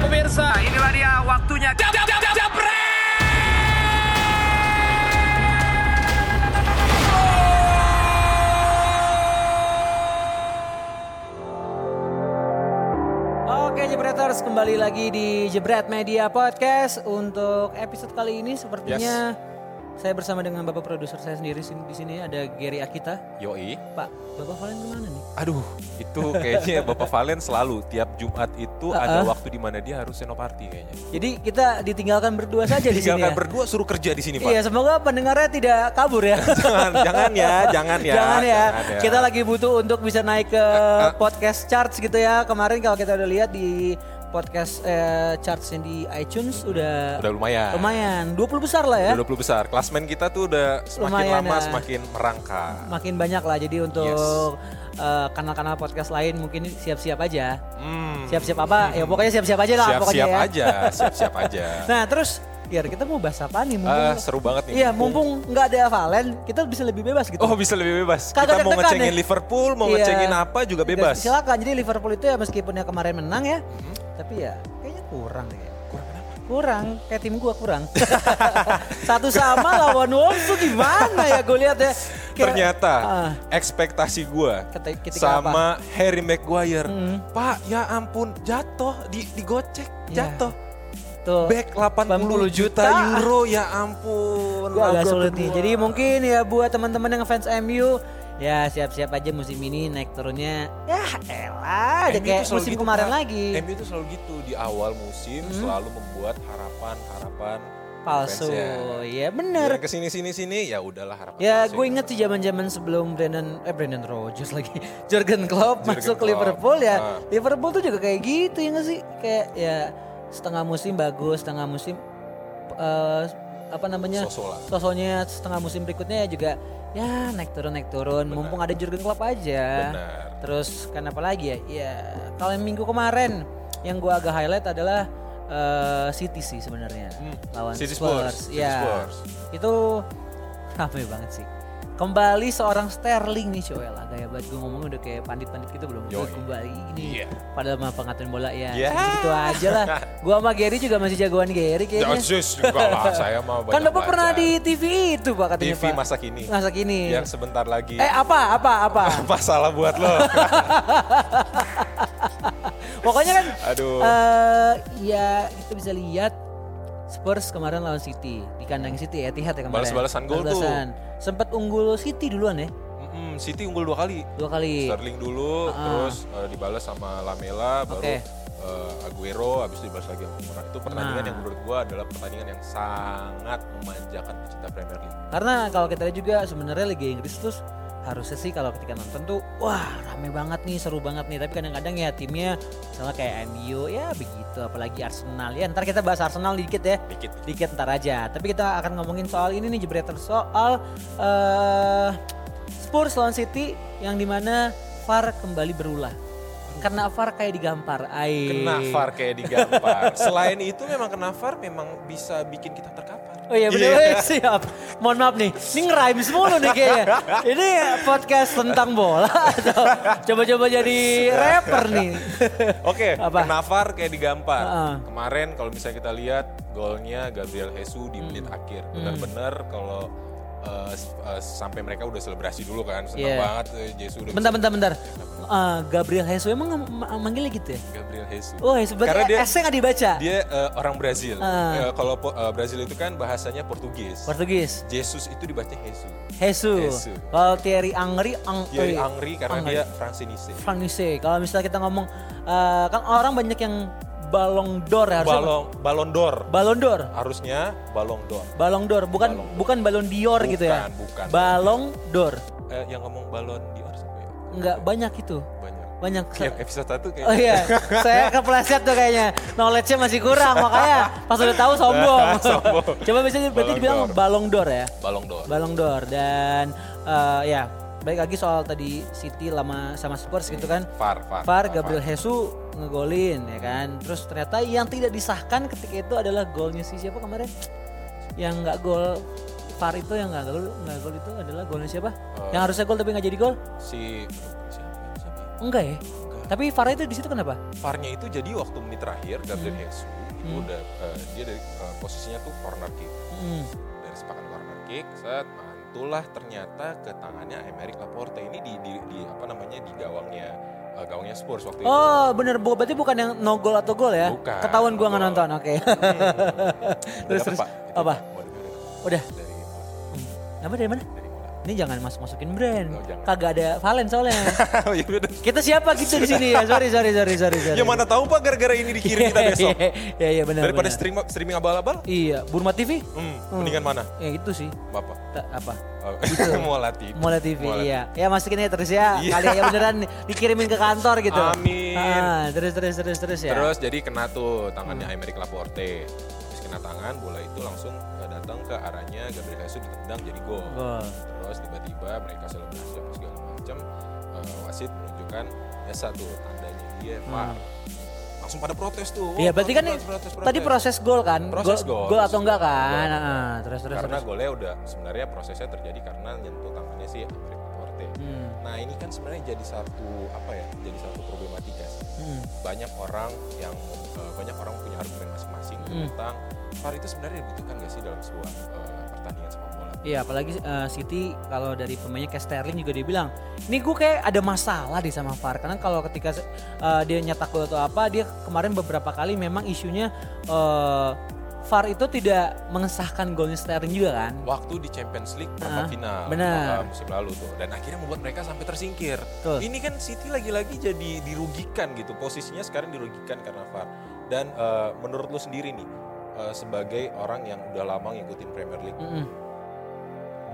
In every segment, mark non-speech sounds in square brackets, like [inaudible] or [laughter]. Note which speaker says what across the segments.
Speaker 1: pemirsa. Inilah dia waktunya. Jap, jap, jap, jap, jepret!
Speaker 2: Oke Jebreters, kembali lagi di Jebret Media Podcast Untuk episode kali ini sepertinya Saya bersama dengan Bapak Produser saya sendiri sin- di sini ada Gary Akita
Speaker 3: Yoi.
Speaker 2: Pak, Bapak Valen kemana nih?
Speaker 3: Aduh, itu kayaknya Bapak Valen selalu tiap Jumat itu ada waktu di mana dia harus senoparti kayaknya.
Speaker 2: Jadi kita ditinggalkan berdua saja di sini
Speaker 3: Tinggalkan
Speaker 2: ya?
Speaker 3: berdua suruh kerja di sini, Pak.
Speaker 2: Iya, semoga pendengarnya tidak kabur ya.
Speaker 3: [laughs] Jangan-
Speaker 2: [laughs]
Speaker 3: jangan ya, [laughs] jangan ya,
Speaker 2: Jangan ya.
Speaker 3: jangan ya.
Speaker 2: Kita lagi butuh untuk bisa naik
Speaker 3: [laughs]
Speaker 2: ke podcast charts gitu ya. Kemarin kalau kita udah lihat di podcast eh, charts yang di iTunes udah
Speaker 3: Udah lumayan.
Speaker 2: lumayan 20 besar lah ya.
Speaker 3: Udah 20 besar. Klasmen kita tuh udah semakin
Speaker 2: Lumayan,
Speaker 3: lama
Speaker 2: ya.
Speaker 3: semakin merangkak.
Speaker 2: makin banyak lah jadi untuk eh, kanal-kanal podcast lain mungkin siap-siap aja
Speaker 3: Hmm.
Speaker 2: siap-siap apa ya pokoknya siap-siap aja lah pokoknya
Speaker 3: Siap-siap
Speaker 2: ya.
Speaker 3: aja, siap-siap
Speaker 2: [laughs]
Speaker 3: aja.
Speaker 2: nah terus biar kita mau bahas apa nih mumpung
Speaker 3: Ah, seru banget nih.
Speaker 2: iya mumpung nggak ada Valen kita bisa lebih bebas gitu
Speaker 3: Oh, bisa lebih bebas.
Speaker 2: Kagak
Speaker 3: kita mau
Speaker 2: deg-degan
Speaker 3: ngecengin
Speaker 2: ya.
Speaker 3: Liverpool, mau
Speaker 2: Iya.
Speaker 3: ngecengin apa juga bebas. Hmm.
Speaker 2: silakan jadi Liverpool itu ya meskipun ya kemarin menang ya tapi ya kayaknya kurang deh kurang kurang kayak tim gua kurang [laughs] satu sama lawan Wolves tuh gimana ya gue lihat ya Kayak-
Speaker 3: Ternyata
Speaker 2: Ah.
Speaker 3: ekspektasi gua
Speaker 2: Keti- ketika Hmm.
Speaker 3: sama Harry Maguire. Pak, ya ampun, jatuh di digocek,
Speaker 2: Iya.
Speaker 3: jatuh.
Speaker 2: tuh
Speaker 3: Back 80 juta
Speaker 2: juta.
Speaker 3: euro ya ampun.
Speaker 2: Gue agak
Speaker 3: laga
Speaker 2: sulit nih.
Speaker 3: kedua.
Speaker 2: Jadi mungkin ya buat teman-teman yang fans MU ya siap-siap aja musim ini naik turunnya. Ya elah,
Speaker 3: MU
Speaker 2: ada
Speaker 3: tuh
Speaker 2: kayak
Speaker 3: selalu
Speaker 2: musim
Speaker 3: gitu,
Speaker 2: kemarin
Speaker 3: Pak.
Speaker 2: lagi. Hmm.
Speaker 3: MU itu selalu gitu di awal musim selalu membuat harapan-harapan
Speaker 2: Palsu.
Speaker 3: fansnya.
Speaker 2: Ya
Speaker 3: Ya,
Speaker 2: bener.
Speaker 3: kesini sini sini ya udahlah harapan.
Speaker 2: Ya
Speaker 3: palsu
Speaker 2: gue
Speaker 3: itu.
Speaker 2: inget sih zaman-zaman sebelum Brandon eh Brandon Rodgers lagi [laughs] Jurgen Klopp
Speaker 3: Jurgen
Speaker 2: masuk ke
Speaker 3: Klopp.
Speaker 2: Liverpool ya.
Speaker 3: Ah.
Speaker 2: Liverpool tuh juga kayak gitu ya gak sih? Kayak ya setengah musim bagus, setengah musim eh, apa namanya?
Speaker 3: Sosolan.
Speaker 2: Sosoknya setengah musim berikutnya juga ya naik turun naik turun. Mumpung ada Jurgen Klopp aja.
Speaker 3: Benar.
Speaker 2: Terus kan apa lagi ya? Ya kalau yang minggu kemarin yang gua agak highlight adalah eh, City sih sebenarnya
Speaker 3: Hmm,
Speaker 2: lawan
Speaker 3: City
Speaker 2: Spurs.
Speaker 3: Spurs, City
Speaker 2: Ya
Speaker 3: Spurs.
Speaker 2: itu rame banget sih. Kembali seorang Sterling nih cuy lah gaya banget gue ngomong udah kayak pandit-pandit gitu belum
Speaker 3: Yoi.
Speaker 2: Gua kembali ini
Speaker 3: Iya.
Speaker 2: padahal mah pengaturan bola ya
Speaker 3: Yeah.
Speaker 2: gitu aja
Speaker 3: [laughs]
Speaker 2: lah gua sama Gary juga masih jagoan Gary
Speaker 3: Ya,
Speaker 2: kayaknya
Speaker 3: sus, enggak
Speaker 2: [laughs]
Speaker 3: lah, saya mau
Speaker 2: kan bapak pernah di TV itu pak katanya
Speaker 3: TV
Speaker 2: pak
Speaker 3: masa kini.
Speaker 2: masa kini
Speaker 3: Yang sebentar lagi
Speaker 2: eh apa apa
Speaker 3: [laughs]
Speaker 2: apa
Speaker 3: masalah buat
Speaker 2: [laughs]
Speaker 3: lo.
Speaker 2: Pokoknya kan
Speaker 3: Aduh.
Speaker 2: eh, ya kita bisa lihat Spurs kemarin lawan City di kandang City ya Etihad ya kemarin.
Speaker 3: Balas-balasan gol tuh.
Speaker 2: Balas-balasan. Sempat unggul City duluan ya
Speaker 3: Mm-mm, City unggul dua kali.
Speaker 2: dua kali.
Speaker 3: Sterling dulu, terus eh, dibalas sama Lamela, baru
Speaker 2: Oke.
Speaker 3: eh, Aguero, habis itu dibalas lagi sama Moura. Itu pertandingan
Speaker 2: Nah.
Speaker 3: yang menurut gua adalah pertandingan yang sangat memanjakan pecinta Premier League.
Speaker 2: Karena kalau kita lihat juga sebenarnya Liga Inggris terus harusnya sih kalau ketika nonton tuh wah rame banget nih seru banget nih tapi kadang-kadang ya timnya misalnya kayak MU ya begitu apalagi Arsenal ya ntar kita bahas Arsenal dikit ya
Speaker 3: Dikit.
Speaker 2: dikit ntar aja. Tapi kita akan ngomongin soal ini nih Jebreter soal eh, Spurs lawan City yang dimana VAR kembali berulah. Karena VAR kayak digampar. Ai.
Speaker 3: Hmm. Kena VAR kayak digampar. [laughs] Selain itu memang kena VAR memang bisa bikin kita terkapar.
Speaker 2: Oh iya bener,
Speaker 3: Iya.
Speaker 2: Eh, [laughs] siap. Mohon maaf nih, ini ngerime mulu nih kayaknya. Ini podcast tentang bola atau coba-coba jadi rapper nih.
Speaker 3: Oke,
Speaker 2: Apa?
Speaker 3: kena VAR kayak digampar.
Speaker 2: Heeh.
Speaker 3: Kemarin kalau misalnya kita lihat golnya Gabriel Jesus
Speaker 2: Hmm.
Speaker 3: di menit akhir. Benar-benar kalau eh, s- eh, sampai mereka udah selebrasi dulu kan, senang
Speaker 2: Iya.
Speaker 3: banget eh, Jesus udah bisa
Speaker 2: Bentar, bentar, bentar. Eh, Gabriel Jesus emang ngem- ma- manggilnya gitu ya?
Speaker 3: Gabriel Jesus.
Speaker 2: Wah, sebenarnya
Speaker 3: Karena dia-
Speaker 2: S-nya nggak dibaca.
Speaker 3: Dia eh, orang Brazil.
Speaker 2: Ah.
Speaker 3: Eh, kalau po- eh, Brazil itu kan bahasanya Portugis.
Speaker 2: Portugis.
Speaker 3: Jesus itu dibaca Jesus.
Speaker 2: Jesus.
Speaker 3: Jesus.
Speaker 2: Kalau Thierry Angri, Ang, eh,
Speaker 3: Dia Angri karena
Speaker 2: Angri.
Speaker 3: dia Fransinise.
Speaker 2: Franise. Kalau misalnya kita ngomong eh, kan orang banyak yang balong dor ya harusnya.
Speaker 3: Balon Balon d'Or.
Speaker 2: Balon dor.
Speaker 3: Harusnya Balon d'Or.
Speaker 2: Balong dor bukan bukan balon dior gitu ya.
Speaker 3: Bukan, bukan.
Speaker 2: Balong dor.
Speaker 3: Eh, yang ngomong Balon d'Or siapa ya?
Speaker 2: Enggak banyak itu.
Speaker 3: Banyak.
Speaker 2: Banyak.
Speaker 3: Yang episode 1 kayak
Speaker 2: Oh iya, saya kepleset tuh kayaknya. Knowledge-nya masih kurang makanya pas udah tahu sombong.
Speaker 3: [laughs] Sombong.
Speaker 2: Coba bisa berarti
Speaker 3: Ballon
Speaker 2: dibilang
Speaker 3: d'Or.
Speaker 2: balong dor ya.
Speaker 3: Balon d'Or.
Speaker 2: Balong d'Or dan eh, ya balik lagi soal tadi City lama sama Spurs gitu kan.
Speaker 3: Far, far.
Speaker 2: VAR Gabriel Jesus ngegolin ya kan. Terus ternyata yang tidak disahkan ketika itu adalah golnya si siapa kemarin? Yang nggak gol VAR itu yang nggak gol nggak gol
Speaker 3: Eh.
Speaker 2: itu adalah golnya siapa? yang harusnya gol tapi nggak jadi gol?
Speaker 3: Si siapa? Siapa?
Speaker 2: Enggak ya.
Speaker 3: Enggak.
Speaker 2: Tapi VAR itu di situ kenapa?
Speaker 3: VAR-nya itu jadi waktu menit terakhir Gabriel
Speaker 2: Hmm.
Speaker 3: Jesus itu udah eh, dia dari eh, posisinya tuh corner kick
Speaker 2: Hmm.
Speaker 3: dari sepakan corner kick set mantulah ternyata ke tangannya Emerick Laporte ini di, di, di apa namanya di gawangnya eh, gawangnya Spurs waktu itu.
Speaker 2: Oh bener, Bu- berarti bukan yang no goal atau goal ya?
Speaker 3: Bukan,
Speaker 2: Ketahuan gua
Speaker 3: no
Speaker 2: nggak
Speaker 3: goal.
Speaker 2: nonton, oke. [laughs] Terus,
Speaker 3: Udah
Speaker 2: terus.
Speaker 3: dapat, Pak. Itu
Speaker 2: Apa?
Speaker 3: Pak. Mau dengerin.
Speaker 2: Udah.
Speaker 3: Dari
Speaker 2: Nama dari mana?
Speaker 3: dari mulai.
Speaker 2: [laughs] Ini jangan masuk-masukin brand.
Speaker 3: Oh, jangan.
Speaker 2: Kagak ada Valen
Speaker 3: [laughs]
Speaker 2: soalnya.
Speaker 3: Oh, iya bener.
Speaker 2: kita siapa gitu di sini ya? Sorry, sorry, sorry, sorry. sorry.
Speaker 3: Ya
Speaker 2: [laughs]
Speaker 3: mana tahu Pak gara-gara ini dikirim kita besok.
Speaker 2: Iya, iya benar.
Speaker 3: Daripada
Speaker 2: benar.
Speaker 3: stream streaming abal-abal,
Speaker 2: Iya, Burma TV?
Speaker 3: hmm, mendingan mana?
Speaker 2: Ya itu sih.
Speaker 3: Bapak.
Speaker 2: Ta- apa?
Speaker 3: Oh,
Speaker 2: Gitu.
Speaker 3: [laughs] mau latih.
Speaker 2: Mola TV,
Speaker 3: Mola
Speaker 2: iya. Ya masukin aja terus ya.
Speaker 3: Iya.
Speaker 2: Kali ya beneran dikirimin ke kantor gitu.
Speaker 3: Amin.
Speaker 2: Ah, terus terus terus terus ya. Hmm.
Speaker 3: Terus jadi kena tuh tangannya Aymeric Laporte. Terus kena tangan, bola itu langsung eh, datang ke arahnya Gabriel Jesus ditendang jadi gol.
Speaker 2: Gol.
Speaker 3: Terus tiba-tiba mereka selebrasi apa segala macam. Eh, wasit menunjukkan biasa tuh tandanya dia VAR. Langsung pada protes tuh. Wah,
Speaker 2: Hmm. Iya, berarti kan
Speaker 3: protes, protes, protes.
Speaker 2: tadi proses gol kan?
Speaker 3: Proses gol.
Speaker 2: Gol atau enggak kan?
Speaker 3: Gol.
Speaker 2: Ah, terus terus.
Speaker 3: karena
Speaker 2: terus.
Speaker 3: golnya udah sebenarnya prosesnya terjadi karena nyentuh tangannya si Aymeric Laporte.
Speaker 2: Hmm,
Speaker 3: Nah, ini kan sebenarnya jadi satu apa ya? Jadi satu problematika sih.
Speaker 2: hmm.
Speaker 3: banyak orang yang eh, banyak orang punya argumen masing-masing
Speaker 2: Hmm.
Speaker 3: tentang VAR itu sebenarnya dibutuhkan nggak sih dalam sebuah eh, pertandingan sepak bola?
Speaker 2: Iya, apalagi eh, City kalau dari pemainnya kayak Sterling juga dia bilang, ini gue kayak ada masalah di sama VAR karena kalau ketika eh, dia nyetak gol atau apa, dia kemarin beberapa kali memang isunya eh, VAR itu tidak mengesahkan golnya Sterling juga kan?
Speaker 3: Waktu di Champions League
Speaker 2: Ah,
Speaker 3: perempat final
Speaker 2: benar.
Speaker 3: eh, musim lalu tuh, dan akhirnya membuat mereka sampai tersingkir.
Speaker 2: Betul.
Speaker 3: Ini kan City lagi-lagi jadi dirugikan gitu, posisinya sekarang dirugikan karena VAR. Dan eh, menurut lu sendiri nih, eh, sebagai orang yang udah lama ngikutin Premier League,
Speaker 2: Mm-mm.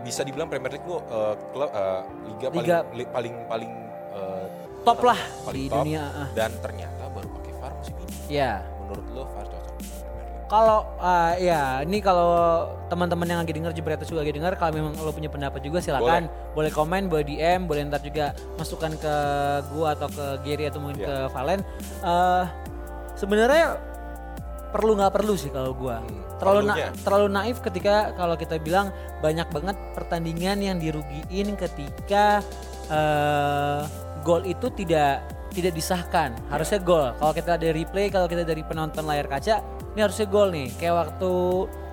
Speaker 3: bisa dibilang Premier League lu eh, klub eh, liga,
Speaker 2: Liga.
Speaker 3: paling li- paling paling eh,
Speaker 2: Top lah
Speaker 3: paling
Speaker 2: di
Speaker 3: top.
Speaker 2: dunia. ah.
Speaker 3: dan ternyata baru pakai VAR musim ini.
Speaker 2: Ya.
Speaker 3: Menurut lo VAR cocok
Speaker 2: Hmm,
Speaker 3: di Premier League?
Speaker 2: Kalau eh, ya ini kalau teman-teman yang lagi dengar Jebretus juga lagi dengar kalau memang lo punya pendapat juga silakan boleh. komen, boleh DM, boleh ntar juga masukkan ke gua atau ke Gary atau mungkin
Speaker 3: Iya.
Speaker 2: ke Valen. Eh sebenarnya perlu nggak perlu sih kalau gua.
Speaker 3: Hmm,
Speaker 2: Terlalu na-
Speaker 3: perlunya.
Speaker 2: terlalu naif ketika kalau kita bilang banyak banget pertandingan yang dirugiin ketika eh, gol itu tidak tidak disahkan. Harusnya gol. Kalau kita dari replay, kalau kita dari penonton layar kaca, ini harusnya gol nih. Kayak waktu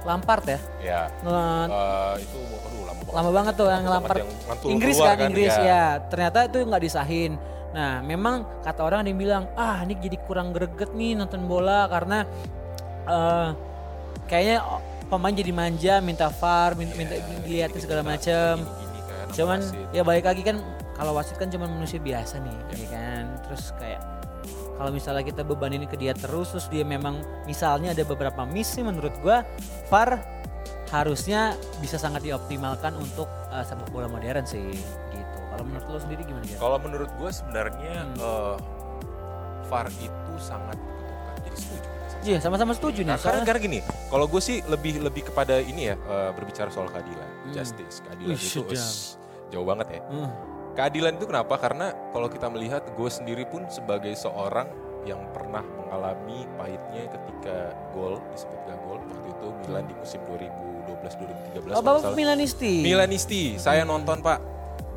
Speaker 2: Lampard ya.
Speaker 3: Ya,
Speaker 2: Nge-
Speaker 3: eh, itu aduh lama banget.
Speaker 2: Lama banget tuh yang
Speaker 3: Lama banget
Speaker 2: Lampard
Speaker 3: yang mantul
Speaker 2: Inggris
Speaker 3: keluar
Speaker 2: kan, Inggris ya. Ternyata itu nggak disahin. Nah, memang kata orang ada yang bilang, "Ah, ini jadi kurang greget nih nonton bola karena eh kayaknya pemain jadi manja, minta VAR, min- Iya, minta,
Speaker 3: Ya,
Speaker 2: dilihatin
Speaker 3: dikit-dikit
Speaker 2: segala
Speaker 3: lah,
Speaker 2: macam."
Speaker 3: gini-gini kan, sama
Speaker 2: Cuman
Speaker 3: wasit.
Speaker 2: ya balik lagi kan kalau wasit kan cuman manusia biasa nih, ya kan. Terus kayak kalau misalnya kita bebanin ke dia terus terus dia memang misalnya ada beberapa misi menurut gua VAR harusnya bisa sangat dioptimalkan untuk eh, sepak bola modern sih gitu. Kalau menurut lo sendiri gimana ya?
Speaker 3: Kalau menurut gue sebenarnya
Speaker 2: Hmm.
Speaker 3: eh, VAR itu sangat dibutuhkan. Jadi setuju. kita sama-
Speaker 2: Iya, sama-sama setuju nih.
Speaker 3: Nah, karena,
Speaker 2: Soalnya
Speaker 3: karena gini, kalau gue sih lebih lebih kepada ini ya eh, berbicara soal keadilan,
Speaker 2: Hmm.
Speaker 3: justice, keadilan
Speaker 2: Wih,
Speaker 3: itu
Speaker 2: sedap.
Speaker 3: us, jauh banget ya.
Speaker 2: Hmm,
Speaker 3: Keadilan itu kenapa? Karena kalau kita melihat gue sendiri pun sebagai seorang yang pernah mengalami pahitnya ketika gol disebut gak gol waktu itu Milan di musim 2012 2013
Speaker 2: Oh,
Speaker 3: kalau nggak
Speaker 2: Bapak
Speaker 3: salah.
Speaker 2: Milanisti.
Speaker 3: Milanisti saya
Speaker 2: Hmm.
Speaker 3: nonton Pak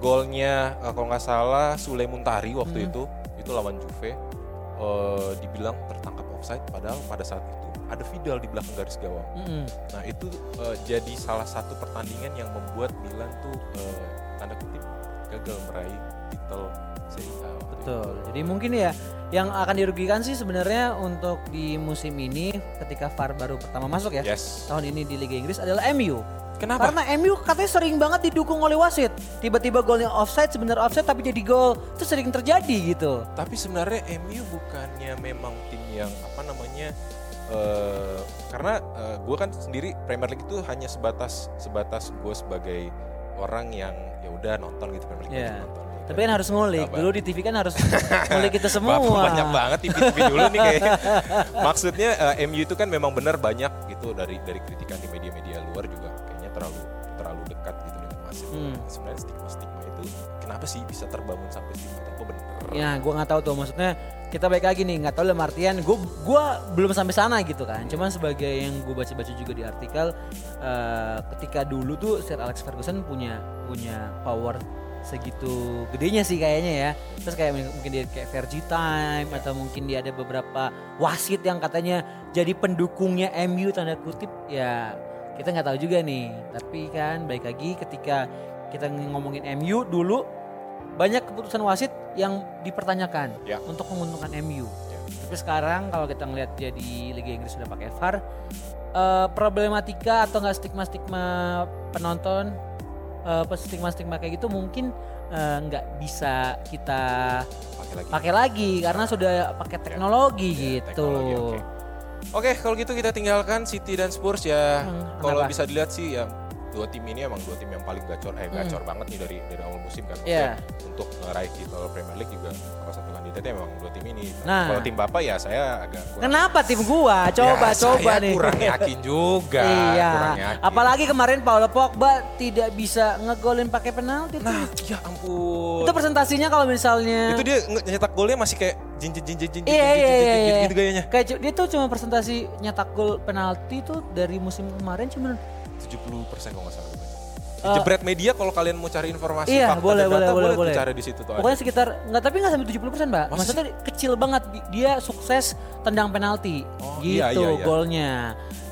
Speaker 3: golnya eh, kalau nggak salah Sule Muntari waktu
Speaker 2: Hmm.
Speaker 3: itu itu lawan Juve eh, dibilang tertangkap offside padahal pada saat itu ada Vidal di belakang garis gawang
Speaker 2: Mm-mm.
Speaker 3: nah itu eh, jadi salah satu pertandingan yang membuat Milan tuh eh, tanda kutip gagal meraih titel Serie A waktu itu.
Speaker 2: Betul. Jadi mungkin ya yang akan dirugikan sih sebenarnya untuk di musim ini ketika VAR baru pertama masuk ya.
Speaker 3: yes
Speaker 2: tahun ini di Liga Inggris adalah MU.
Speaker 3: kenapa
Speaker 2: Karena MU katanya sering banget didukung oleh wasit. Tiba-tiba golnya offside, sebenarnya offside tapi jadi gol. Itu sering terjadi gitu.
Speaker 3: tapi sebenarnya MU bukannya memang tim yang apa namanya eh, karena gue kan sendiri Premier League itu hanya sebatas sebatas gue sebagai orang yang ya udah nonton gitu Premier League
Speaker 2: Iya.
Speaker 3: aja nonton ya
Speaker 2: Tapi kan harus ngulik.
Speaker 3: Sabar.
Speaker 2: Dulu di TV kan harus ngulik kita semua.
Speaker 3: Bapak banyak banget TV-TV dulu nih kayaknya. [laughs] Maksudnya eh, MU itu kan memang benar banyak gitu dari dari kritikan di media-media luar juga kayaknya terlalu terlalu dekat gitu dengan wasit.
Speaker 2: Hmm.
Speaker 3: Sebenarnya stigma-stigma itu kenapa sih bisa terbangun sampai stigma itu Apa bener?
Speaker 2: Ya, gue nggak tahu tuh. Maksudnya kita baik lagi nih, nggak tahu dalam artian gue gua belum sampai sana gitu kan. Cuman sebagai yang gue baca-baca juga di artikel, eh, ketika dulu tuh Sir Alex Ferguson punya punya power segitu gedenya sih kayaknya ya. Terus kayak mungkin dia kayak Vergi Time atau mungkin dia ada beberapa wasit yang katanya jadi pendukungnya MU tanda kutip ya kita nggak tahu juga nih. Tapi kan baik lagi ketika kita ngomongin MU dulu banyak keputusan wasit yang dipertanyakan
Speaker 3: Ya.
Speaker 2: untuk menguntungkan MU.
Speaker 3: Ya.
Speaker 2: Tapi sekarang kalau kita ngelihat dia di Liga Inggris sudah pakai VAR, eh, problematika atau nggak stigma-stigma penonton, eh, apa, stigma-stigma kayak gitu mungkin eh, nggak bisa kita
Speaker 3: pakai lagi.
Speaker 2: pakai lagi karena sudah pakai teknologi
Speaker 3: Ya,
Speaker 2: gitu.
Speaker 3: teknologi, Oke, Oke, kalau gitu kita tinggalkan City dan Spurs ya.
Speaker 2: Hmm,
Speaker 3: kalau
Speaker 2: kenapa?
Speaker 3: bisa dilihat sih ya dua tim ini emang dua tim yang paling gacor eh gacor banget nih dari dari awal musim kan.
Speaker 2: Hmm.
Speaker 3: Maksudnya
Speaker 2: Iya.
Speaker 3: Untuk meraih titel Premier League juga salah satu kandidatnya memang dua tim ini.
Speaker 2: Nah.
Speaker 3: Kalau tim Bapak ya saya agak kurang.
Speaker 2: Kenapa tim gua? Coba
Speaker 3: Ya,
Speaker 2: coba
Speaker 3: saya
Speaker 2: nih.
Speaker 3: kurang yakin juga.
Speaker 2: iya.
Speaker 3: kurang yakin.
Speaker 2: Apalagi kemarin Paulo Pogba tidak bisa ngegolin pakai penalti. tuh.
Speaker 3: Nah, ya ampun.
Speaker 2: Itu presentasinya kalau misalnya
Speaker 3: Itu dia nge- nyetak golnya masih kayak jin jin jin jin jin jin
Speaker 2: Iya
Speaker 3: jin,
Speaker 2: iya
Speaker 3: jin,
Speaker 2: iya.
Speaker 3: jin, jin,
Speaker 2: iya.
Speaker 3: gitu gayanya.
Speaker 2: Kayak cu- dia tuh cuma presentasi nyetak gol penalti tuh dari musim kemarin cuma
Speaker 3: 70% kalau nggak salah. Di
Speaker 2: Eh,
Speaker 3: Jebret media kalau kalian mau cari informasi
Speaker 2: iya,
Speaker 3: fakta
Speaker 2: boleh,
Speaker 3: dan
Speaker 2: boleh,
Speaker 3: data
Speaker 2: boleh,
Speaker 3: tuh
Speaker 2: boleh.
Speaker 3: cari di situ tuh. ada.
Speaker 2: pokoknya sekitar nggak tapi nggak sampai 70 persen mbak.
Speaker 3: Masa
Speaker 2: Maksudnya kecil banget Di- dia sukses tendang penalti
Speaker 3: Oh,
Speaker 2: gitu
Speaker 3: iya, iya, iya.
Speaker 2: golnya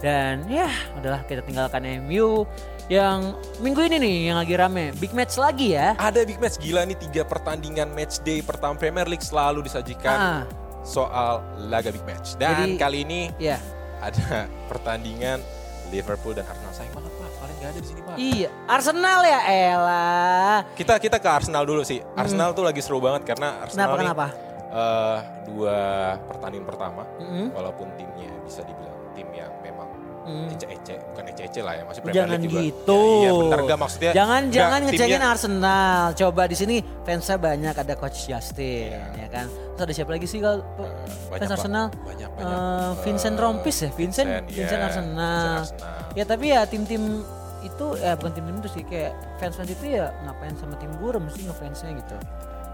Speaker 2: dan ya udahlah kita tinggalkan MU yang minggu ini nih yang lagi rame big match lagi ya.
Speaker 3: Ada big match gila nih tiga pertandingan match day pertama Premier League selalu disajikan
Speaker 2: Ah,
Speaker 3: soal laga big match. Dan
Speaker 2: Jadi-
Speaker 3: kali ini
Speaker 2: iya.
Speaker 3: ada [laughs] pertandingan Liverpool dan Arsenal. Sayang banget Pak, kalian nggak ada di sini Pak.
Speaker 2: Iya, Arsenal ya elah.
Speaker 3: Kita kita ke Arsenal dulu sih. Arsenal tuh lagi seru banget karena
Speaker 2: Hmm. Kenapa
Speaker 3: Arsenal nih,
Speaker 2: kenapa?
Speaker 3: eh, dua pertandingan pertama
Speaker 2: Mm-mm,
Speaker 3: walaupun timnya bisa dibilang tim yang memang
Speaker 2: mm.
Speaker 3: ece-ece, bukan ece-ece lah ya, masih Premier
Speaker 2: Jangan
Speaker 3: League juga.
Speaker 2: gitu.
Speaker 3: Ya, iya, bentar gak maksudnya.
Speaker 2: Jangan
Speaker 3: nggak,
Speaker 2: jangan
Speaker 3: timnya-
Speaker 2: ngecengin Arsenal. Coba di sini fansnya banyak ada coach Justin
Speaker 3: Iya.
Speaker 2: ya kan. Terus ada siapa lagi sih kalau
Speaker 3: Eh, banyak
Speaker 2: fans
Speaker 3: Pak.
Speaker 2: Arsenal?
Speaker 3: Banyak
Speaker 2: Eh,
Speaker 3: banyak.
Speaker 2: Vincent
Speaker 3: Eh,
Speaker 2: Rompis ya, Vincent
Speaker 3: iya,
Speaker 2: Vincent Arsenal.
Speaker 3: Vincent Arsenal.
Speaker 2: Ya tapi ya tim-tim itu ya bukan tim-tim itu sih kayak fans-fans itu ya ngapain sama tim gurem sih ngefansnya gitu.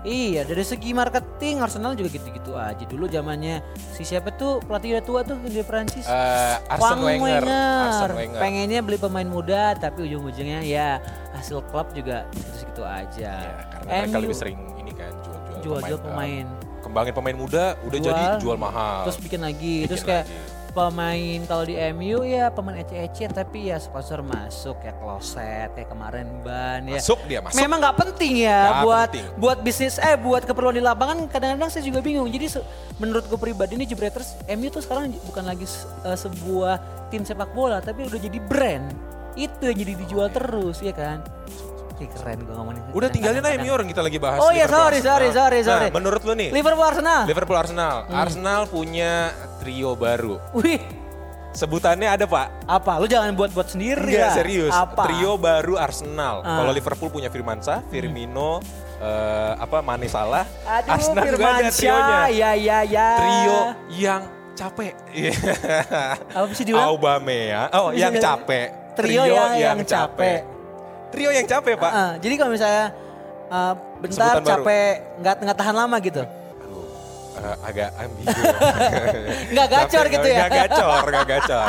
Speaker 2: Iya, dari segi marketing Arsenal juga gitu-gitu aja. Dulu zamannya si siapa tuh pelatih udah tua tuh di Prancis.
Speaker 3: Eh, Arsene
Speaker 2: Wang
Speaker 3: Wenger.
Speaker 2: Wenger.
Speaker 3: Arsene Wenger.
Speaker 2: pengennya beli pemain muda tapi ujung-ujungnya ya hasil klub juga segitu-segitu aja.
Speaker 3: Ya, karena
Speaker 2: MU
Speaker 3: mereka lebih sering ini kan jual-jual
Speaker 2: jual-jual pemain,
Speaker 3: eh, kembangin pemain muda udah
Speaker 2: Jual,
Speaker 3: jadi jual mahal.
Speaker 2: terus bikin lagi,
Speaker 3: Bikin
Speaker 2: terus kayak
Speaker 3: lagi.
Speaker 2: pemain kalau di MU ya pemain ece-ece tapi ya sponsor masuk ya kloset kayak kemarin ban ya.
Speaker 3: masuk dia masuk.
Speaker 2: Memang nggak penting ya
Speaker 3: Nggak
Speaker 2: buat
Speaker 3: penting.
Speaker 2: buat bisnis eh buat keperluan di lapangan kadang-kadang saya juga bingung. Jadi se- menurut gue pribadi nih Jebreters MU tuh sekarang j- bukan lagi se- eh, sebuah tim sepak bola tapi udah jadi brand. Itu yang jadi dijual terus ya kan. Ih, keren gue ngomongin.
Speaker 3: Udah tinggalin aja
Speaker 2: Kadang-kadang.
Speaker 3: Mior kita lagi bahas.
Speaker 2: Oh iya,
Speaker 3: Liverpool
Speaker 2: sorry,
Speaker 3: Arsenal.
Speaker 2: sorry, sorry,
Speaker 3: Nah,
Speaker 2: sorry.
Speaker 3: menurut lu nih
Speaker 2: Liverpool Arsenal.
Speaker 3: Liverpool Arsenal.
Speaker 2: Hmm.
Speaker 3: Arsenal punya trio baru.
Speaker 2: Wih,
Speaker 3: Sebutannya ada, Pak.
Speaker 2: apa? Lu jangan buat-buat sendiri
Speaker 3: Enggak
Speaker 2: lah.
Speaker 3: serius.
Speaker 2: Apa?
Speaker 3: Trio baru
Speaker 2: Ah.
Speaker 3: Arsenal.
Speaker 2: Hmm.
Speaker 3: Kalau Liverpool punya Firmansyah, Firmino, eh, apa Mane Salah.
Speaker 2: Aduh,
Speaker 3: Arsenal juga ada
Speaker 2: Firmansyah.
Speaker 3: trionya.
Speaker 2: Ya, ya, ya.
Speaker 3: Trio yang capek.
Speaker 2: Apa sih diulang?
Speaker 3: Aubameyang. Oh,
Speaker 2: Bisa
Speaker 3: yang
Speaker 2: jadi-
Speaker 3: capek.
Speaker 2: Trio ya yang- yang capek.
Speaker 3: Trio yang capek, Pak.
Speaker 2: Heeh, jadi kalau misalnya eh, bentar
Speaker 3: Sebutan baru. Iya.
Speaker 2: capek nggak nggak tahan lama gitu.
Speaker 3: Aduh, eh, agak ambigu.
Speaker 2: [laughs] Nggak gacor
Speaker 3: Capek,
Speaker 2: gitu ya? Ah.
Speaker 3: Nggak gacor, nggak gacor.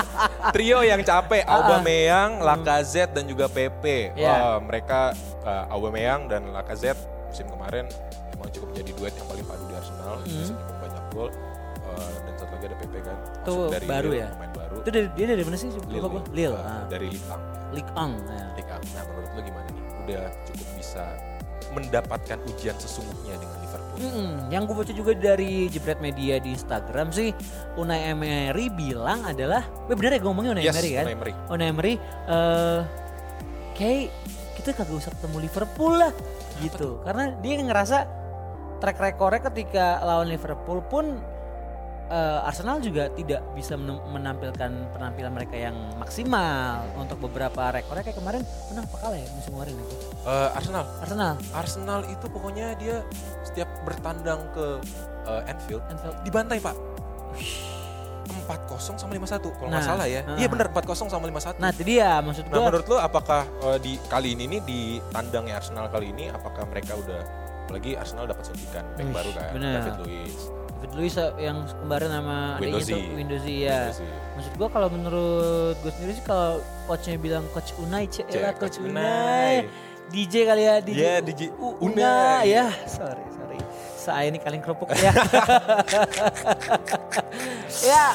Speaker 3: Trio yang capek, Aubameyang, Lacazette dan juga Pepe.
Speaker 2: Iya.
Speaker 3: Wah, mereka eh, Aubameyang dan Lacazette musim kemarin emang cukup jadi duet yang paling padu di Arsenal.
Speaker 2: Hmm.
Speaker 3: Biasanya cukup banyak gol. Eh, dan satu lagi ada Pepe kan. Masuk
Speaker 2: Tuh, baru
Speaker 3: Lille,
Speaker 2: ya?
Speaker 3: Pemain baru.
Speaker 2: Itu dari, dia dari mana sih? Lupa gua. Lil.
Speaker 3: Eh,
Speaker 2: ah.
Speaker 3: Dari Litang.
Speaker 2: Lik Ang. ya.
Speaker 3: Litang. Nah menurut lu gimana nih? Udah cukup bisa mendapatkan ujian sesungguhnya dengan Liverpool.
Speaker 2: Mm-mm. Yang gue baca juga dari jebret media di Instagram sih Unai Emery bilang adalah, weh bener ya gue ngomongnya Unai
Speaker 3: yes,
Speaker 2: Emery kan?
Speaker 3: Unai Emery.
Speaker 2: Unai Emery, eh kayak kita kagak usah ketemu Liverpool lah gitu. Karena dia ngerasa track recordnya ketika lawan Liverpool pun eh, Arsenal juga tidak bisa menem- menampilkan penampilan mereka yang maksimal untuk beberapa rekornya kayak kemarin menang apa kalah ya musim kemarin itu
Speaker 3: Eh, Arsenal.
Speaker 2: Arsenal
Speaker 3: Arsenal itu pokoknya dia setiap bertandang ke eh, Anfield
Speaker 2: Anfield.
Speaker 3: dibantai pak 4-0 sama 5-1 kalau nggak
Speaker 2: Nah,
Speaker 3: salah ya.
Speaker 2: ah.
Speaker 3: Iya benar 4-0 sama 5-1.
Speaker 2: Nah itu dia maksud
Speaker 3: Nah,
Speaker 2: gue
Speaker 3: menurut lo apakah eh, di kali ini nih di tandangnya Arsenal kali ini apakah mereka udah apalagi Arsenal dapat suntikan back
Speaker 2: Wih,
Speaker 3: baru kan
Speaker 2: bener.
Speaker 3: David Luiz.
Speaker 2: David Luiz yang kemarin sama adiknya
Speaker 3: Windowsy.
Speaker 2: tuh Windowsy ya.
Speaker 3: Luiz sih.
Speaker 2: Maksud gua kalau menurut gue sendiri sih kalau coachnya bilang coach Unai, cek
Speaker 3: Cek,
Speaker 2: lah coach Unai. DJ kali ya, DJ.
Speaker 3: Iya, DJ.
Speaker 2: U-
Speaker 3: Una.
Speaker 2: Una, ya. Sorry, sorry. Saya ini kaleng kerupuk
Speaker 3: [laughs]
Speaker 2: ya. ya,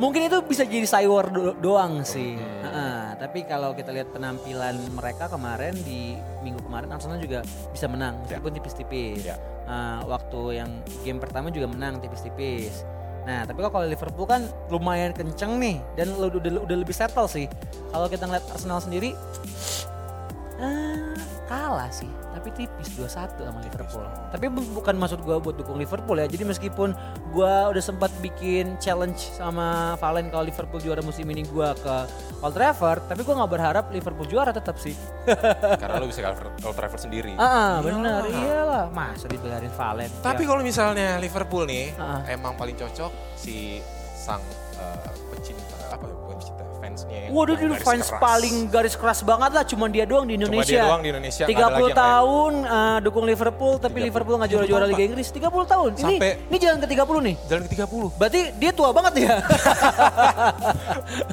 Speaker 2: mungkin itu bisa jadi cyber do- doang sih.
Speaker 3: Hmm.
Speaker 2: Heeh, tapi kalau kita lihat penampilan mereka kemarin di minggu kemarin Arsenal juga bisa menang
Speaker 3: Ya.
Speaker 2: meskipun tipis-tipis.
Speaker 3: Ya.
Speaker 2: Eh, waktu yang game pertama juga menang tipis-tipis. Nah, tapi kok kalau Liverpool kan lumayan kenceng nih dan udah, udah, udah lebih settle sih. Kalau kita ngeliat Arsenal sendiri eh, kalah sih, tapi tipis 2-1 sama Liverpool. Tapi bu- bukan maksud gua buat dukung Liverpool ya. Jadi meskipun gua udah sempat bikin challenge sama Valen kalau Liverpool juara musim ini gua ke Old Trafford, tapi gua nggak berharap Liverpool juara tetap sih.
Speaker 3: Karena lu bisa cover Old Trafford
Speaker 2: [laughs]
Speaker 3: sendiri.
Speaker 2: Ah, benar. Iyalah, masa dibelarin Valen. Ya.
Speaker 3: Tapi kalau misalnya Liverpool nih
Speaker 2: Ah.
Speaker 3: emang paling cocok si sang eh, pecinta apa bukan pecinta fansnya yang
Speaker 2: Waduh,
Speaker 3: paling
Speaker 2: dulu
Speaker 3: garis
Speaker 2: fans
Speaker 3: keras.
Speaker 2: paling garis keras banget lah, cuman dia doang di
Speaker 3: Cuma
Speaker 2: Indonesia.
Speaker 3: dia doang di Indonesia, nggak ada
Speaker 2: 30
Speaker 3: lagi yang lain.
Speaker 2: tahun eh, dukung Liverpool tapi
Speaker 3: 30.
Speaker 2: Liverpool nggak juara-juara Liga Inggris. 30 tahun. Ini
Speaker 3: Sampai-
Speaker 2: ini jalan ke 30 nih.
Speaker 3: Jalan ke 30.
Speaker 2: Berarti dia tua banget ya.
Speaker 3: [laughs]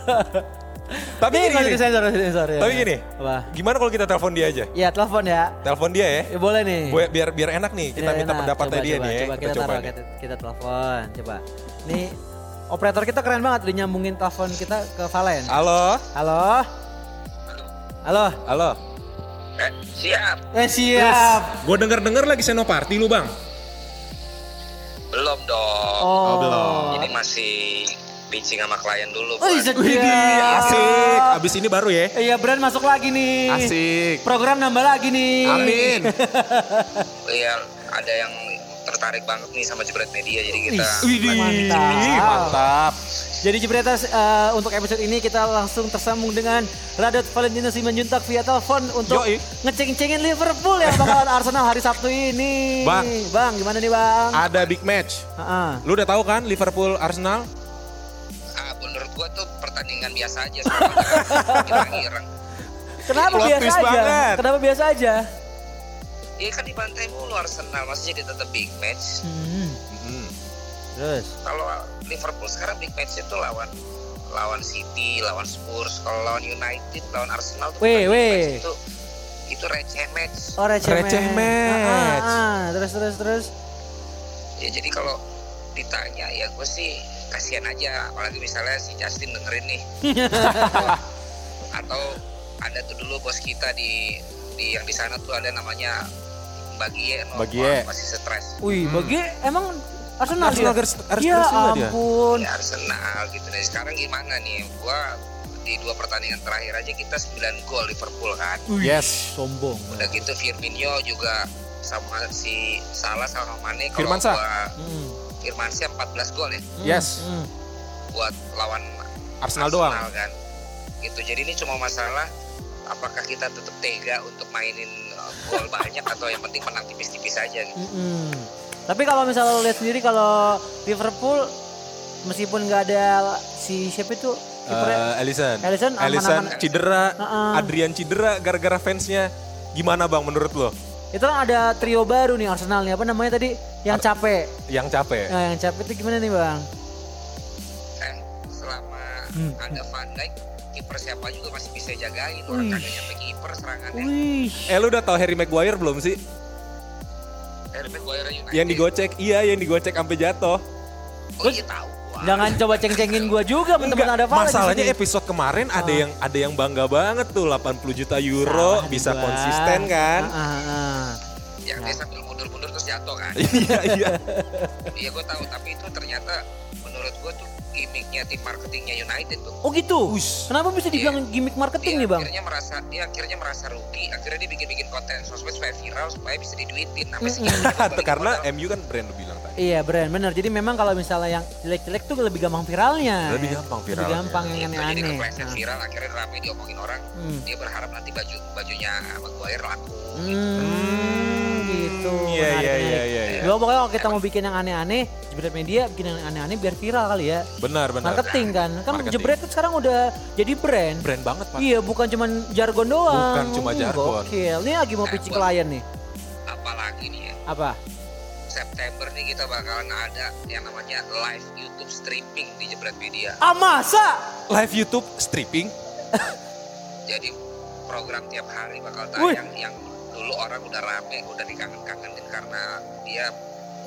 Speaker 3: Tapi
Speaker 2: Nih,
Speaker 3: gini,
Speaker 2: masih
Speaker 3: gini.
Speaker 2: sensor, masih sensor, ya.
Speaker 3: Tapi gini.
Speaker 2: Apa?
Speaker 3: Gimana kalau kita telepon dia aja?
Speaker 2: Ya, telepon ya.
Speaker 3: Telepon dia ya.
Speaker 2: Ya boleh nih.
Speaker 3: Biar biar, biar enak nih kita
Speaker 2: Tidak
Speaker 3: minta
Speaker 2: Iya, enak.
Speaker 3: pendapatnya
Speaker 2: Coba,
Speaker 3: dia
Speaker 2: coba,
Speaker 3: nih ya.
Speaker 2: Coba kita,
Speaker 3: coba
Speaker 2: taruh,
Speaker 3: nih.
Speaker 2: kita, kita telepon, coba. Nih operator kita keren banget udah nyambungin telepon kita ke Valen.
Speaker 3: Halo?
Speaker 2: Halo. Halo.
Speaker 3: Halo.
Speaker 1: Siap.
Speaker 2: Eh siap.
Speaker 3: Gue denger-denger lagi Senoparty lu, Bang.
Speaker 1: Belum dong.
Speaker 2: Oh,
Speaker 1: Ini masih pitching sama klien dulu.
Speaker 2: Oh,
Speaker 1: Bang.
Speaker 2: sedap.
Speaker 3: Asik. Abis ini baru ya.
Speaker 2: Iya, brand masuk lagi nih.
Speaker 4: Asik.
Speaker 2: Program nambah lagi nih.
Speaker 4: Amin.
Speaker 1: Iya, ada yang tertarik banget nih sama jebret media jadi kita
Speaker 2: Widih, Mantap.
Speaker 3: Mantap.
Speaker 2: Jadi Jebretas eh, untuk episode ini kita langsung tersambung dengan Radot Valentino Simanjuntak via telepon untuk
Speaker 3: Yoi.
Speaker 2: ngeceng-cengin Liverpool yang bakalan
Speaker 3: [laughs]
Speaker 2: Arsenal hari Sabtu ini.
Speaker 3: Bang.
Speaker 2: Bang, gimana nih Bang?
Speaker 3: Ada big match.
Speaker 2: Ah,
Speaker 3: Lu udah tahu kan Liverpool Arsenal?
Speaker 1: ah, menurut gua tuh pertandingan biasa aja sama
Speaker 2: [laughs]
Speaker 1: Irang.
Speaker 2: Kenapa
Speaker 3: Plot
Speaker 2: biasa
Speaker 3: twist
Speaker 2: aja?
Speaker 3: banget.
Speaker 2: Kenapa biasa aja?
Speaker 1: Iya kan dibantai mulu Arsenal masih jadi tetap big match.
Speaker 3: Hmm.
Speaker 2: Terus.
Speaker 1: Kalau Liverpool sekarang big match itu lawan lawan City, lawan Spurs, kalau lawan United, lawan Arsenal tuh
Speaker 2: Weh,
Speaker 1: bukan big
Speaker 2: weh.
Speaker 1: match, itu itu receh match.
Speaker 2: Oh, receh,
Speaker 3: Receh
Speaker 2: match. Ah,
Speaker 3: match.
Speaker 2: ah, ah. Terus, terus, terus.
Speaker 1: Ya jadi kalau ditanya ya gue sih kasihan aja apalagi misalnya si Justin dengerin nih.
Speaker 2: [laughs]
Speaker 1: Atau ada tuh dulu bos kita di di yang di sana tuh ada namanya Mbak Gie, no?
Speaker 3: Mbak Gie.
Speaker 1: Wah, masih stres.
Speaker 2: Wih, bagi emang Arsenal,
Speaker 3: Hmm. Arsenal
Speaker 2: dia?
Speaker 3: garis- garis
Speaker 2: ya
Speaker 3: keras juga dia.
Speaker 2: ampun.
Speaker 1: Ya Arsenal gitu. Nah sekarang gimana nih? Gua di dua pertandingan terakhir aja kita 9 gol Liverpool kan.
Speaker 3: Yes.
Speaker 2: Sombong.
Speaker 3: Hmm.
Speaker 1: Udah gitu Firmino juga sama si Salah sama Mane kalau
Speaker 3: Firmansyah.
Speaker 1: gua-
Speaker 2: Hmm,
Speaker 1: Firmansyah 14 gol ya
Speaker 2: hmm,
Speaker 3: Yes.
Speaker 2: hmm.
Speaker 1: buat lawan
Speaker 3: Arsenal doang.
Speaker 1: kan gitu jadi ini cuma masalah apakah kita tetap tega untuk mainin uh, gol banyak atau yang penting menang tipis-tipis aja gitu
Speaker 2: Mm-mm. Tapi kalau misalnya lo lihat sendiri kalau Liverpool meskipun nggak ada si siapa itu ya, kipernya,
Speaker 3: Eh, Alisson.
Speaker 2: Alisson aman-aman.
Speaker 3: cedera,
Speaker 2: Heeh.
Speaker 3: Adrian cedera gara-gara fansnya. Gimana bang menurut lo?
Speaker 2: itu kan ada trio baru nih Arsenal nih apa namanya tadi yang capek.
Speaker 3: Yang capek.
Speaker 2: Nah, yang capek itu gimana nih bang?
Speaker 1: eh selama
Speaker 2: Hmm.
Speaker 1: ada Van Dijk kiper siapa juga masih bisa jagain
Speaker 3: Hmm.
Speaker 1: orang
Speaker 2: Wih.
Speaker 1: kagak nyampe kiper serangannya
Speaker 2: Wih.
Speaker 3: Eh lu udah tahu Harry Maguire belum sih?
Speaker 1: Harry Maguire Eh, United
Speaker 3: Yang digocek, iya yang digocek sampai jatuh.
Speaker 1: oh iya tahu Wah.
Speaker 2: Jangan coba ceng-cengin gua juga teman-teman ada
Speaker 3: Enggak,
Speaker 2: Valen di
Speaker 3: masalahnya
Speaker 2: sini.
Speaker 3: episode kemarin ada yang ada yang bangga banget tuh 80 juta
Speaker 2: Salah
Speaker 3: euro
Speaker 2: nih
Speaker 3: bisa
Speaker 2: gua.
Speaker 3: konsisten kan?
Speaker 2: Ah, ah, ah.
Speaker 1: yang dia sambil mundur-mundur terus jatuh kan
Speaker 3: Nah. Iya iya.
Speaker 1: [laughs] iya gue tahu tapi itu ternyata menurut gue tuh gimmicknya tim marketingnya United tuh
Speaker 2: Oh gitu. Kenapa bisa dibilang gimmick
Speaker 1: dia
Speaker 2: marketing nih bang?
Speaker 1: Iya, akhirnya merasa dia akhirnya merasa rugi akhirnya dia bikin-bikin konten sosmed supaya viral supaya bisa diduitin sampai segitu
Speaker 2: [laughs]
Speaker 1: balik
Speaker 3: Karena
Speaker 1: modal.
Speaker 3: MU kan brand lu bilang tadi.
Speaker 2: Iya brand bener. Jadi memang kalau misalnya yang jelek-jelek tuh lebih gampang viralnya.
Speaker 3: Lebih
Speaker 2: ya.
Speaker 3: gampang
Speaker 2: Lebih
Speaker 3: viralnya.
Speaker 2: gampang yang
Speaker 1: Gitu, jadi
Speaker 2: aneh-aneh.
Speaker 1: kepleset
Speaker 2: Nah.
Speaker 1: viral akhirnya rame diomongin orang
Speaker 2: Hmm.
Speaker 1: dia berharap nanti baju bajunya Maguire laku
Speaker 2: Hmm, gitu.
Speaker 3: Iya iya
Speaker 2: Menarik,
Speaker 3: iya
Speaker 2: menarik.
Speaker 3: iya. iya.
Speaker 2: Gua pokoknya kalau kita mau bikin yang aneh-aneh, jebret media bikin yang aneh-aneh biar viral kali ya.
Speaker 3: Benar benar.
Speaker 2: Marketing kan. Kan
Speaker 3: Marketing.
Speaker 2: jebret tuh sekarang udah jadi brand.
Speaker 3: Brand banget pak.
Speaker 2: Iya, bukan cuman jargon doang.
Speaker 3: Bukan cuma
Speaker 2: Hmm,
Speaker 3: jargon.
Speaker 2: Gokil. Ini lagi mau pitching klien nih.
Speaker 1: apalagi nih ya
Speaker 2: Apa?
Speaker 1: September nih kita bakalan ada yang namanya live YouTube streaming di Jebret Media
Speaker 2: Ah, masa?
Speaker 3: Live YouTube stripping.
Speaker 1: jadi program tiap hari bakal tayang yang dulu orang udah rame udah dikangen-kangenin karena dia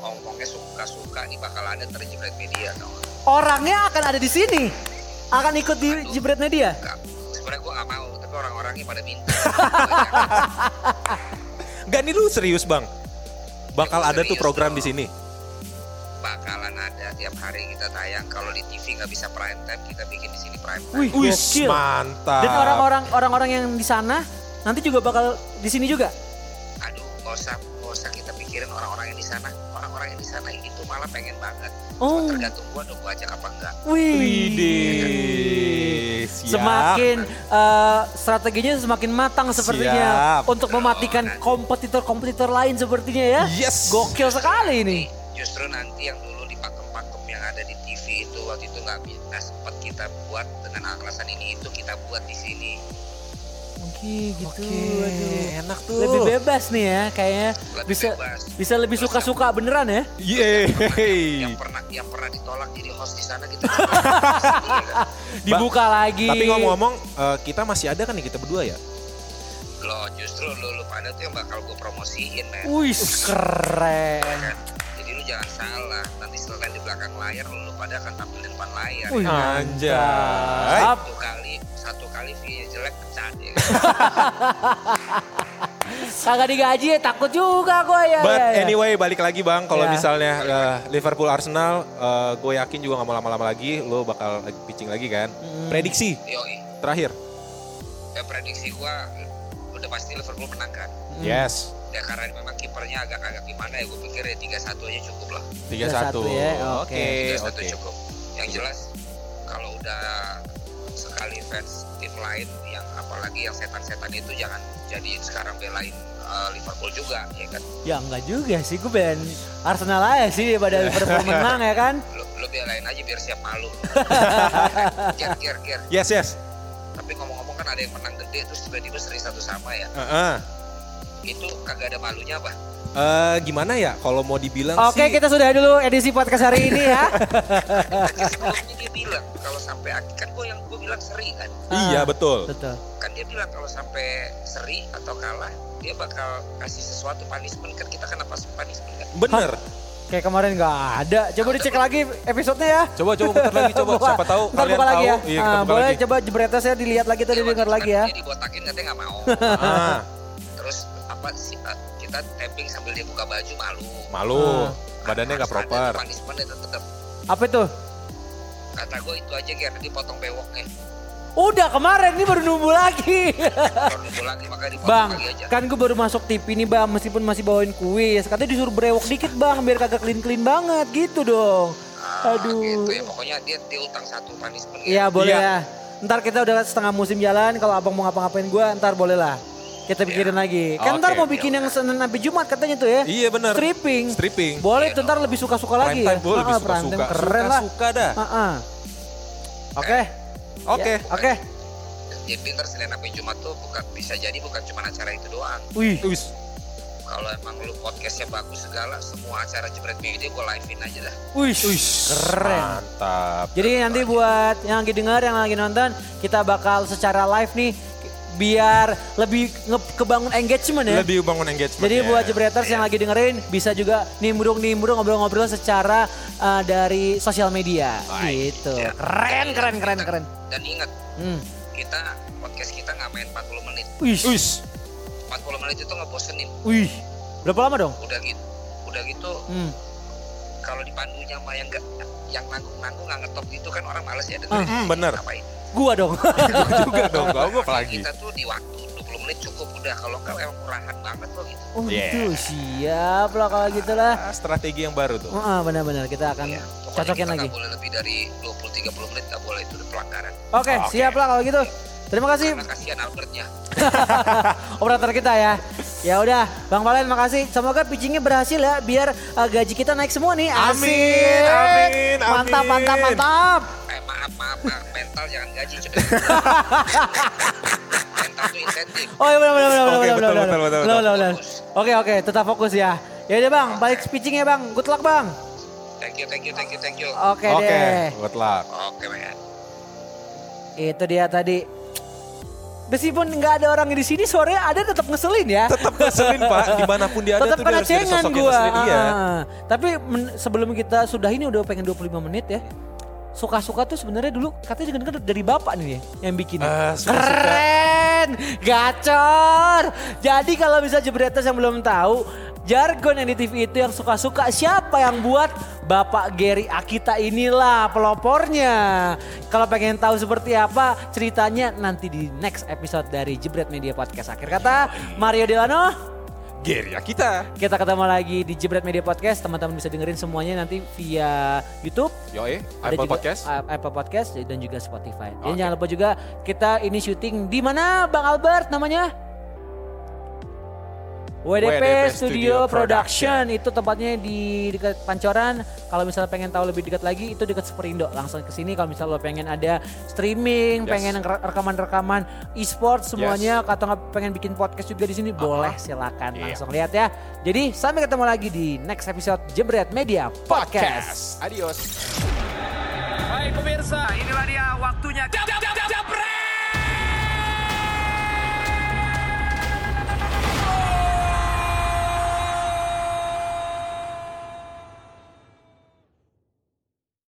Speaker 1: ngomongnya suka-suka nih bakal ada terjebret media tau nggak?
Speaker 2: Orangnya akan ada di sini. Akan ikut di
Speaker 1: Aduh.
Speaker 2: jebretnya dia.
Speaker 1: Nggak. sebenarnya gue gak mau tapi orang-orangnya pada minta
Speaker 3: Gak nih lu serius bang? Bakal
Speaker 1: Ya,
Speaker 3: ada tuh
Speaker 1: serius
Speaker 3: program
Speaker 1: dong.
Speaker 3: di sini.
Speaker 1: bakalan ada tiap hari kita tayang kalau di TV nggak bisa prime time kita bikin di sini prime time
Speaker 2: Wih,
Speaker 3: Wih
Speaker 2: gokil.
Speaker 3: mantap.
Speaker 2: Dan orang-orang orang-orang yang di sana nanti juga bakal di sini juga.
Speaker 1: aduh nggak usah nggak usah kita pikirin orang-orang yang di sana orang-orang yang di sana itu malah pengen banget
Speaker 2: Oh.
Speaker 1: Cuma tergantung gua dong gua ajak apa enggak
Speaker 2: Wih.
Speaker 3: Widih, siap.
Speaker 2: Semakin eh, strateginya semakin matang sepertinya
Speaker 3: Siap.
Speaker 2: untuk mematikan kompetitor-kompetitor lain sepertinya ya.
Speaker 3: Yes.
Speaker 2: Gokil sekali ini.
Speaker 1: justru nanti yang dulu dipakem-pakem yang ada di TV itu waktu itu nggak bisa sempat kita buat dengan alasan ini itu kita buat di sini
Speaker 2: Oke, gitu.
Speaker 3: Oke,
Speaker 2: aduh.
Speaker 3: enak tuh.
Speaker 2: Lebih bebas nih ya kayaknya
Speaker 1: lebih
Speaker 2: bisa
Speaker 1: bebas
Speaker 2: bisa lebih suka-suka beneran ya.
Speaker 3: Yeay.
Speaker 1: yang pernah yang pernah ditolak jadi host di sana kita Iya kan?
Speaker 2: Dibuka lagi.
Speaker 3: Tapi ngomong-ngomong, eh, kita masih ada kan nih kita berdua ya?
Speaker 1: lo justru lo lo pada tuh yang bakal gue promosiin men
Speaker 2: Wih, keren.
Speaker 1: kan? Jadi lu jangan salah, nanti selain di belakang layar, lu lu pada akan tampil di depan layar.
Speaker 2: Wih,
Speaker 3: Anjay.
Speaker 2: mantap.
Speaker 1: Satu kali, satu kali view jelek pecat ya.
Speaker 2: Kagak digaji ya takut juga gue ya.
Speaker 3: But
Speaker 2: ya, ya.
Speaker 3: anyway balik lagi bang, kalau
Speaker 2: Ya.
Speaker 3: misalnya eh, Liverpool Arsenal, eh, gue yakin juga nggak mau lama-lama lagi, lo bakal lagi pitching lagi kan?
Speaker 2: Hmm.
Speaker 3: Prediksi
Speaker 1: Yoi,
Speaker 3: terakhir,
Speaker 1: ya prediksi gua udah pasti Liverpool menang kan.
Speaker 2: Hmm.
Speaker 3: yes,
Speaker 1: Ya karena memang kipernya agak-agak gimana ya, gue pikir ya 3-1 aja cukup lah.
Speaker 3: 3-1.
Speaker 2: 3-1 ya, oke.
Speaker 3: Oke,
Speaker 1: 3-1
Speaker 3: Eh, oke.
Speaker 1: cukup. Yang jelas, kalau udah sekali fans tim lain yang apalagi yang setan-setan itu jangan jadi sekarang belain eh, Liverpool juga ya kan
Speaker 2: Ya enggak juga sih, gue band Arsenal aja sih daripada [laughs] Liverpool menang ya kan.
Speaker 1: lu, lu biarin aja biar siap
Speaker 2: [laughs]
Speaker 1: malu Ger, ger, ger.
Speaker 3: Yes, yes.
Speaker 1: Tapi ngomong-ngomong kan ada yang menang gede terus tiba-tiba seri satu sama ya.
Speaker 3: Heeh.
Speaker 1: Itu kagak ada malunya apa?
Speaker 3: Eh, gimana ya kalau mau dibilang
Speaker 2: Oke,
Speaker 3: sih
Speaker 2: kita sudah dulu edisi podcast hari ini ya.
Speaker 1: Tapi sebelumnya dia bilang kalau sampai akhir kan gue yang gue bilang seri kan.
Speaker 3: iya betul
Speaker 2: [laughs] Betul.
Speaker 1: Kan dia bilang kalau sampai seri atau kalah dia bakal kasih sesuatu punishment kan kita kenapa punishment kan?
Speaker 3: bener
Speaker 2: Kayak kemarin nggak ada. Coba dicek lagi episode-nya ya.
Speaker 3: coba coba bentar lagi
Speaker 2: [laughs]
Speaker 3: coba
Speaker 2: Buka-
Speaker 3: siapa tahu
Speaker 2: Ntar
Speaker 3: kalian
Speaker 2: buka lagi
Speaker 3: tahu
Speaker 2: ya.
Speaker 3: iya
Speaker 2: Ah,
Speaker 3: kita buka
Speaker 2: boleh
Speaker 3: lagi
Speaker 2: coba jebretnya saya dilihat lagi tadi dengar lagi ya.
Speaker 1: Jadi botakin katanya nggak
Speaker 2: [laughs]
Speaker 1: mau.
Speaker 3: Ah,
Speaker 1: Terus apa sih eh, kita tapping sambil dia buka baju malu.
Speaker 3: malu
Speaker 2: Ah.
Speaker 3: badannya nggak
Speaker 1: Harus ada
Speaker 3: proper
Speaker 1: tuh Punishmentnya tetap
Speaker 2: Apa itu?
Speaker 1: kata gue itu aja ger dipotong bewoknya.
Speaker 2: Udah kemarin ini baru nunggu lagi. [laughs]
Speaker 1: Kalau nunggu lagi maka dipotong
Speaker 2: Bang,
Speaker 1: lagi aja.
Speaker 2: kan gue baru masuk TV nih bang, meskipun masih bawain kuis. Katanya disuruh brewok dikit bang, biar kagak clean-clean banget gitu dong.
Speaker 1: Ah,
Speaker 2: Aduh.
Speaker 1: gitu ya pokoknya dia diutang satu punishment
Speaker 2: Iya boleh
Speaker 3: Iya.
Speaker 2: ya. Ntar kita udah setengah musim jalan, kalau abang mau ngapa-ngapain gue, ntar boleh lah. Kita pikirin lagi. Kan ntar
Speaker 3: Iya. Oke.
Speaker 2: mau bikin yang Senin sampai Jumat katanya tuh ya.
Speaker 3: iya bener
Speaker 2: Stripping.
Speaker 3: stripping Iya.
Speaker 2: Boleh tuh ntar lebih suka-suka lagi
Speaker 3: Prime time
Speaker 2: ya.
Speaker 3: boleh lebih
Speaker 2: Ah, prime time.
Speaker 3: suka-suka
Speaker 2: Keren lah.
Speaker 3: suka dah
Speaker 2: Ah, ah. Oke.
Speaker 3: oke
Speaker 2: Ya, Oke.
Speaker 1: jadi ntar Senin sampai Jumat tuh bukan bisa jadi bukan cuma acara itu doang
Speaker 2: Wih.
Speaker 3: Wis.
Speaker 1: kalau emang lu podcastnya bagus segala semua acara jebret media gue livein aja dah
Speaker 2: Wih.
Speaker 3: Wih,
Speaker 2: Keren.
Speaker 3: mantap
Speaker 2: Jadi nanti buat yang lagi dengar, yang lagi nonton, kita bakal secara live nih biar lebih nge- kebangun engagement ya.
Speaker 3: lebih bangun engagement
Speaker 2: Jadi buat jebreters yang lagi dengerin bisa juga nimbrung-nimbrung ngobrol-ngobrol secara uh, dari sosial media
Speaker 3: Baik.
Speaker 2: gitu. Keren keren keren keren.
Speaker 1: dan ingat
Speaker 2: Hmm.
Speaker 1: kita podcast kita nggak main 40 menit
Speaker 2: Wih. [laughs]
Speaker 3: Wis.
Speaker 1: 40 menit itu ngebosenin
Speaker 2: Wih. Berapa lama dong?
Speaker 1: udah gitu udah gitu
Speaker 2: Hmm.
Speaker 1: kalau dipandunya sama yang nggak yang nanggung-nanggung nggak ngetop gitu kan orang males ya dengerin
Speaker 3: Hmm, bener
Speaker 1: ngapain
Speaker 2: Gua dong.
Speaker 3: Gua [laughs] juga dong gua gua lagi
Speaker 1: kita tuh di waktu 20 menit cukup udah kalau nggak emang kurahan banget lo gitu
Speaker 2: [laughs] Oh
Speaker 3: Yeah.
Speaker 2: gitu. Siap lah kalau gitu lah.
Speaker 3: Ah, strategi yang baru tuh
Speaker 2: Heeh, benar-benar kita akan
Speaker 1: Iya, pokoknya
Speaker 2: cocokin
Speaker 1: kita
Speaker 2: lagi.
Speaker 1: nggak boleh lebih dari 20-30 menit nggak boleh itu udah pelanggaran
Speaker 2: Oke,
Speaker 3: Oke.
Speaker 2: siap lah kalau gitu. Terima kasih
Speaker 1: karena kasihan Albertnya
Speaker 2: [laughs] operator kita ya. Ya udah, Bang Valen makasih. Semoga pitchingnya berhasil ya biar uh, gaji kita naik semua nih.
Speaker 3: Amin,
Speaker 2: Asik.
Speaker 3: amin,
Speaker 2: Mantap,
Speaker 3: amin.
Speaker 2: mantap, mantap.
Speaker 1: eh maaf maaf maaf mental jangan gaji
Speaker 2: [laughs]
Speaker 1: coba mental tuh insentif
Speaker 2: Oh iya benar benar benar
Speaker 3: Oke,
Speaker 2: benar benar,
Speaker 3: betul, betul,
Speaker 2: benar.
Speaker 3: betul,
Speaker 2: Benar, benar, benar.
Speaker 1: Fokus.
Speaker 2: Oke oke, tetap fokus ya. Ya udah Bang, balik pitchingnya Bang. Good luck Bang.
Speaker 1: thank you thank you thank you thank you oke
Speaker 2: Oke
Speaker 3: oke
Speaker 2: deh.
Speaker 3: good luck
Speaker 1: man
Speaker 2: Itu dia tadi. Meskipun nggak ada orang di sini, sore ada tetap ngeselin ya.
Speaker 3: Tetap ngeselin
Speaker 2: [laughs]
Speaker 3: Pak, dimanapun dia ada
Speaker 2: Tetap
Speaker 3: tuh dia harus jadi
Speaker 2: cengan
Speaker 3: sosok yang
Speaker 2: gua.
Speaker 3: ngeselin. Iya.
Speaker 2: Ah, Tapi men- sebelum kita sudah ini udah pengen 25 menit ya. Suka-suka tuh sebenarnya dulu katanya dengar dari bapak nih ya yang bikin.
Speaker 3: Ah, suka-suka.
Speaker 2: Keren, gacor. Jadi kalau bisa jebretas yang belum tahu, jargon yang di TV itu yang suka-suka siapa yang buat Bapak Gary Akita inilah pelopornya. Kalau pengen tahu seperti apa ceritanya nanti di next episode dari Jebret Media Podcast. Akhir kata, Mario Delano.
Speaker 3: Geria kita.
Speaker 2: Kita ketemu lagi di Jebret Media Podcast. Teman-teman bisa dengerin semuanya nanti via YouTube,
Speaker 3: Yo eh,
Speaker 2: ada
Speaker 3: Apple
Speaker 2: juga,
Speaker 3: Podcast.
Speaker 2: uh, Apple Podcast dan juga Spotify. Dan
Speaker 3: Oke.
Speaker 2: jangan lupa juga kita ini syuting di mana Bang Albert namanya? WDP,
Speaker 3: WDP
Speaker 2: Studio,
Speaker 3: Studio
Speaker 2: Production. itu tempatnya di dekat Pancoran. Kalau misalnya pengen tahu lebih dekat lagi itu dekat Superindo. Langsung ke sini kalau misalnya lo pengen ada streaming,
Speaker 3: Yes.
Speaker 2: pengen re- rekaman-rekaman e-sport semuanya atau nggak pengen bikin podcast juga di sini boleh silakan
Speaker 3: Iya.
Speaker 2: langsung lihat ya. Jadi sampai ketemu lagi di next episode Jebret Media Podcast.
Speaker 3: Podcast. Adios.
Speaker 4: Hai pemirsa, inilah dia waktunya. Jabret!